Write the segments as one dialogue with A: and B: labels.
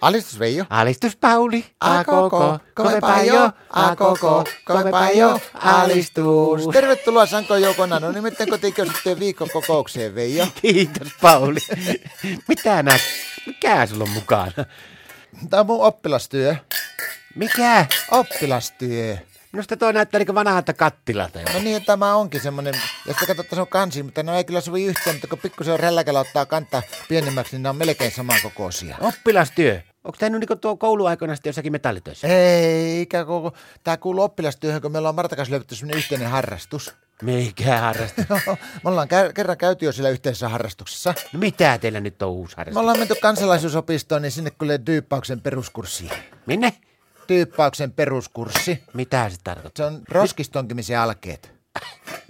A: Alistus Veijo.
B: Alistus Pauli, a koko,
A: kovempaa
B: kovempaa jo, a koko, kovempaa jo, alistus.
A: Tervetuloa Sanko Joukona, no nimittäin kotiikäisyyteen viikon kokoukseen Veijo.
B: Kiitos Pauli. Mitä nää, mikä sulla on mukana?
A: Tämä on mun oppilastyö.
B: Mikä?
A: Oppilastyö.
B: Minusta toi näyttää niin vanhalta kattilalta jo.
A: No niin, tämä onkin semmonen, ja sitten katsotaan se on kansi, mutta ne ei kyllä sovi yhteen, mutta kun pikkusen on rälläkällä ottaa kantaa pienemmäksi, niin ne on melkein samankokoisia.
B: Oppilastyö. Onko tehnyt niin tuo kouluaikoina sitten jossakin metallitöissä?
A: Ei, ikä koko. Tämä kuuluu oppilastyöhön, kun meillä on Marta kanssa löydetty semmoinen yhteinen harrastus.
B: Mikä harrastus?
A: Me ollaan kä- kerran käyty jo siellä yhteisessä harrastuksessa.
B: No mitä teillä nyt on uusi
A: Me
B: harrastus?
A: ollaan menty kansalaisuusopistoon, niin sinne kuulee dyyppauksen peruskurssi.
B: Minne?
A: Dyyppauksen peruskurssi.
B: Mitä se tarkoittaa?
A: Se on roskistonkimisen alkeet.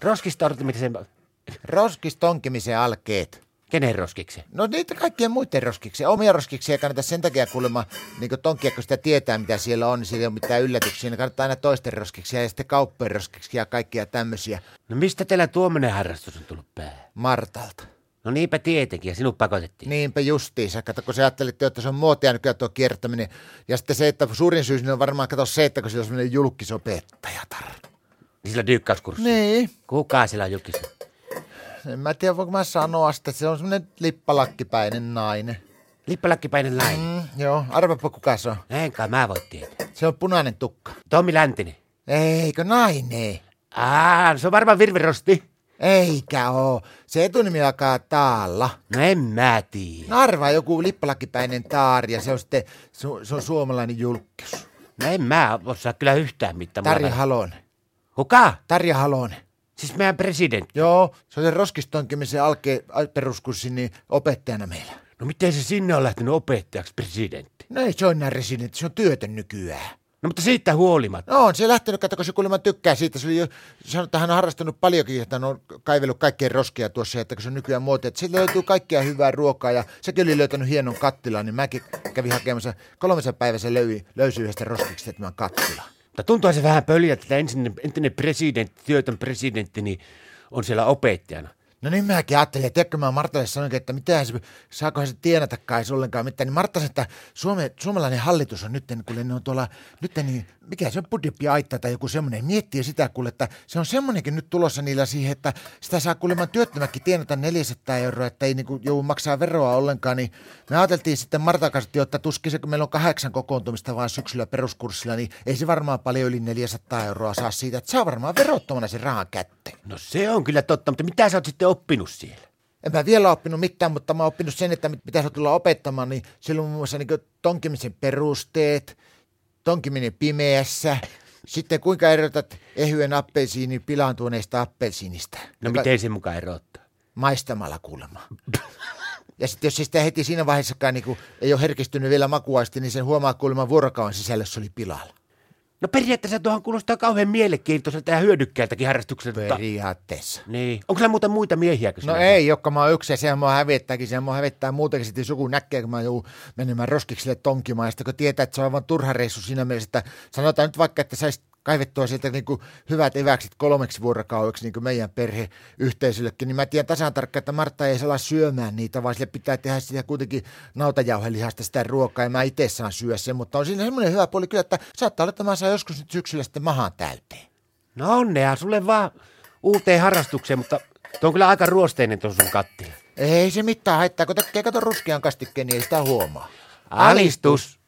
B: Roskistautumisen...
A: Roskistonkimisen alkeet.
B: Kenen roskiksi?
A: No niitä kaikkien muiden roskiksia. Omia roskiksia ei kannata sen takia kuulemma niin tonkia, kun sitä tietää, mitä siellä on. Niin siellä ei ole mitään yllätyksiä. Ne kannattaa aina toisten roskiksia ja sitten kauppojen roskiksia ja kaikkia tämmöisiä
B: No mistä teillä tuommoinen harrastus on tullut päähän?
A: Martalta. No.
B: No niinpä tietenkin, ja sinut pakotettiin.
A: Niinpä justiinsa. Kato, kun sä ajattelit, jo, että se on muotia nykyään tuo kiertäminen. Ja sitten se, että suurin syy siinä on varmaan kato se, että kun sillä on semmoinen julkisopettajatar.
B: Niin sillä dyykkauskurssi.
A: Niin.
B: Kuka siellä on jukissa?
A: En mä tiedä, voinko mä sanoa sitä, että se on semmoinen lippalakkipäinen nainen.
B: Lippalakkipäinen lainen.
A: Mm, joo, arvapa kuka se on.
B: Näin kai mä voi tietää.
A: Se on punainen tukka.
B: Tommi Läntinen.
A: Eikö nainen?
B: Aa, se on varmaan virverosti.
A: Eikä oo. Se etunimi alkaa taalla.
B: No en mä tiedä.
A: No arvaa joku lippalakkipäinen taari ja se on sitten, su, se on suomalainen julkis.
B: No en mä osaa kyllä yhtään mitään. Mulla
A: Tarja
B: on-
A: Halonen.
B: Kuka?
A: Tarja Halonen.
B: Siis meidän presidentti.
A: Joo, se on se roskistonkimisen alke, al- peruskurssi niin opettajana meillä.
B: No miten se sinne on lähtenyt opettajaksi presidentti?
A: No ei se ole enää residentti, se on työtön nykyään.
B: No mutta siitä huolimatta.
A: No on se lähtenyt, katsoko se kuulemma tykkää siitä. Se oli jo, sanoi, että hän on harrastanut paljonkin, että hän on kaivellut kaikkien roskia tuossa, että kun se on nykyään muotia. Että sieltä löytyy kaikkea hyvää ruokaa ja sekin oli löytänyt hienon kattilan, niin mäkin kävin hakemassa. Kolmessa päivässä löi, löysi yhdestä roskiksi tämän kattilan.
B: Mutta tuntuu se vähän pöljältä, että ensin, entinen presidentti, työtön presidentti, niin on siellä opettajana.
A: No niin mäkin ajattelin, että tiedätkö mä Martalle sanoinkin, että mitä se, saakohan se tienata kai se ollenkaan mitään. Niin Martta sanoi, että Suome, suomalainen hallitus on nyt, kun ne on tuolla, nyt niin, mikä se on budjettiaitta tai joku semmoinen, miettii sitä kuule, että se on semmoinenkin nyt tulossa niillä siihen, että sitä saa kuulemma työttömäkin tienata 400 euroa, että ei niinku joudu maksaa veroa ollenkaan, niin me ajateltiin sitten Martan kanssa, että tuskin se, kun meillä on kahdeksan kokoontumista vaan syksyllä peruskurssilla, niin ei se varmaan paljon yli 400 euroa saa siitä, että saa varmaan verottomana sen rahan kätteen.
B: No se on kyllä totta, mutta mitä sä oot sitten oppinut siellä?
A: En mä vielä oppinut mitään, mutta mä oon oppinut sen, että mit- mitä sä tulla opettamaan, niin siellä on muun muassa niin tonkimisen perusteet, tonkiminen pimeässä, sitten kuinka erotat ehyen niin appelsiinin pilaantuneesta appelsiinista.
B: No
A: Joka-
B: miten se mukaan erottaa?
A: Maistamalla kuulemma. Ja sitten jos se sitä heti siinä vaiheessakaan niin ei ole herkistynyt vielä makuaisti, niin sen huomaa kuulemma vuorokauden sisällä, jos se oli pilalla.
B: No periaatteessa tuohon kuulostaa kauhean mielenkiintoiselta ja hyödykkäältäkin harrastukselta.
A: Periaatteessa.
B: Niin. Onko sillä muuta muita
A: No
B: miehiäkö sillä?
A: ei, joka mä oon yksi ja sehän mua hävettääkin. Sehän mua hävettää muutenkin, sitten jos joku näkee, kun mä joudun menemään roskikselle tonkimaan. Ja sitten kun tietää, että se on aivan turha reissu siinä mielessä, että sanotaan nyt vaikka, että saisi kaivettua sieltä niin kuin hyvät eväkset kolmeksi vuorokaudeksi niin kuin meidän perheyhteisöllekin, niin mä tiedän tasan tarkkaan, että Martta ei saa syömään niitä, vaan sille pitää tehdä sitä kuitenkin nautajauhelihasta sitä ruokaa, ja mä itse saan syödä sen, mutta on siinä semmoinen hyvä puoli kyllä, että saattaa olla, että mä saan joskus nyt syksyllä sitten mahaan täyteen.
B: No onnea sulle vaan uuteen harrastukseen, mutta tuo on kyllä aika ruosteinen tuon sun kattila.
A: Ei se mitään haittaa, kun tekee kato ruskean kastikkeen, niin ei sitä huomaa.
B: Alistus!